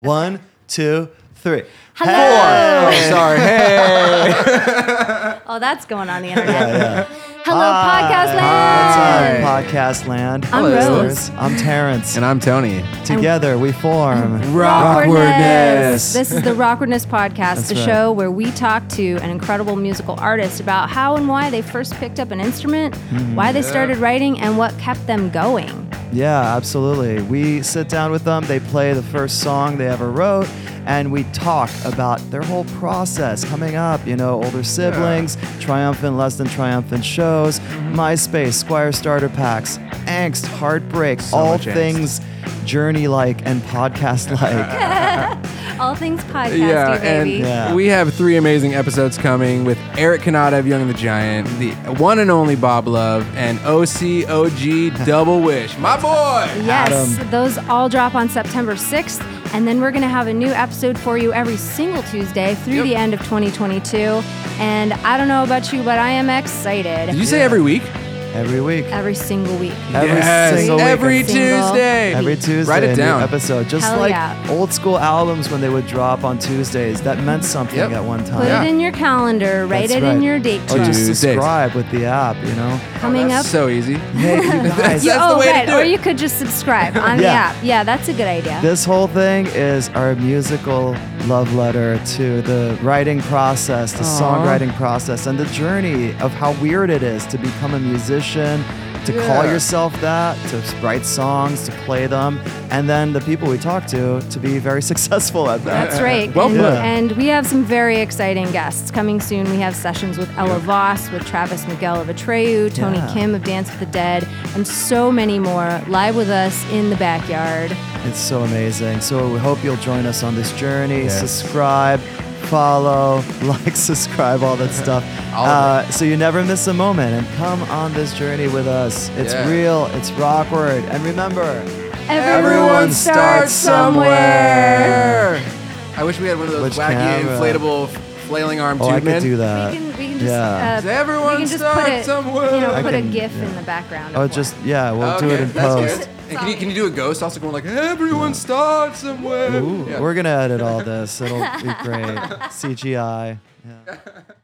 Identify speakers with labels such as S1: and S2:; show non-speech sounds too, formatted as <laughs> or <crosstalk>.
S1: One, two, three.
S2: Oh,
S3: Hello.
S1: Hey. Sorry. Hey.
S3: Oh, that's going on the internet.
S1: Yeah.
S3: Hello,
S1: Hi.
S3: podcast land.
S1: Hi, Podcast Land.
S3: I'm
S1: Hello,
S3: Rose.
S1: listeners. I'm Terrence.
S2: And I'm Tony.
S1: Together we form.
S3: Rockwardness. This is the Rockwardness Podcast, the
S1: right.
S3: show where we talk to an incredible musical artist about how and why they first picked up an instrument,
S1: Mm-hmm.
S3: why they started writing, and what kept them going.
S1: Yeah, absolutely. We sit down with them, they play the first song they ever wrote, and we talk about their whole process coming up, you know, older siblings, triumphant, less than triumphant shows,
S2: Mm-hmm.
S1: MySpace, Squire starter packs, angst, heartbreak, all
S2: much angst.
S1: things journey like and podcast
S2: <laughs>
S1: like.
S3: All things podcasty,
S2: Yeah, and
S3: baby.
S1: Yeah.
S2: we have three amazing episodes coming with Eric Kanata of Young and the Giant, the one and only Bob Love, and OCOG Double Wish. My boy!
S3: Yes, those all drop on September 6th, and then we're going to have a new episode for you every single Tuesday through
S2: Yep.
S3: the end of 2022. And I don't know about you, but I am
S2: Did
S3: excited
S2: you say every week?
S1: Every week.
S3: every single week.
S1: Every
S2: yes,
S1: single week.
S2: every
S3: Single.
S2: Tuesday.
S1: Every Tuesday,
S2: Write
S1: a new
S2: it down.
S1: episode. Just
S3: Hell
S1: like
S3: yeah.
S1: old school albums when they would drop on Tuesdays. That meant something
S2: Yep.
S1: at one time.
S3: Put
S2: Yeah.
S3: it in your calendar, write
S1: That's
S3: it in
S1: right. Oh,
S3: your date
S1: Or
S3: book.
S1: just
S2: Tuesdays.
S1: subscribe with the app, you
S2: <laughs>
S1: know?
S3: Coming
S2: That's
S3: up.
S2: so easy.
S1: Hey, you guys,
S2: That's Yeah. the
S3: oh,
S2: way to
S3: right.
S2: do
S3: or
S2: it.
S3: you could just subscribe on the
S1: Yeah.
S3: app. Yeah, that's a good idea.
S1: this whole thing is our musical love letter to the writing process, the
S2: Aw.
S1: songwriting process, and the journey of how weird it is to become a musician, to call
S2: Yeah.
S1: yourself that, to write songs, to play them, and then the people we talk to to be very <laughs> successful at that.
S3: That's right.
S2: Well
S3: and,
S1: uh, put.
S3: and we have some very exciting guests coming soon. We have sessions with Ella Voss, with Travis Miguel of Atreyu, Tony
S1: Yeah.
S3: Kim of Dance with the Dead, and so many more live with us in the backyard.
S1: It's so amazing. So we hope you'll join us on this journey.
S2: Yes.
S1: Subscribe, follow, <laughs> like, subscribe, all <laughs> that stuff.
S2: All of
S1: Uh, so you never miss a moment and come on this journey with us. It's
S2: Yeah.
S1: real, it's rockward. And remember,
S3: Everyone starts somewhere.
S2: I wish we had one of those
S1: Which
S2: wacky
S1: camera?
S2: inflatable flailing arm
S1: oh,
S2: tube
S1: I could
S2: men.
S1: do
S3: We
S1: that.
S3: can, we can just,
S1: Yeah.
S3: uh,
S2: Does everyone
S3: we can just
S2: start
S3: put a,
S2: somewhere?
S3: You know,
S2: I
S3: put
S1: can-
S3: a GIF in the background.
S1: Oh,
S3: of
S1: just,
S3: one.
S1: yeah, we'll do it
S2: Okay,
S1: in
S2: that's
S1: post.
S2: good. And can you can you do a ghost also going like everyone starts somewhere?
S1: Ooh, <laughs>
S3: <laughs>
S2: Yeah.
S1: We're going to edit all this. It'll be great. CGI. Yeah.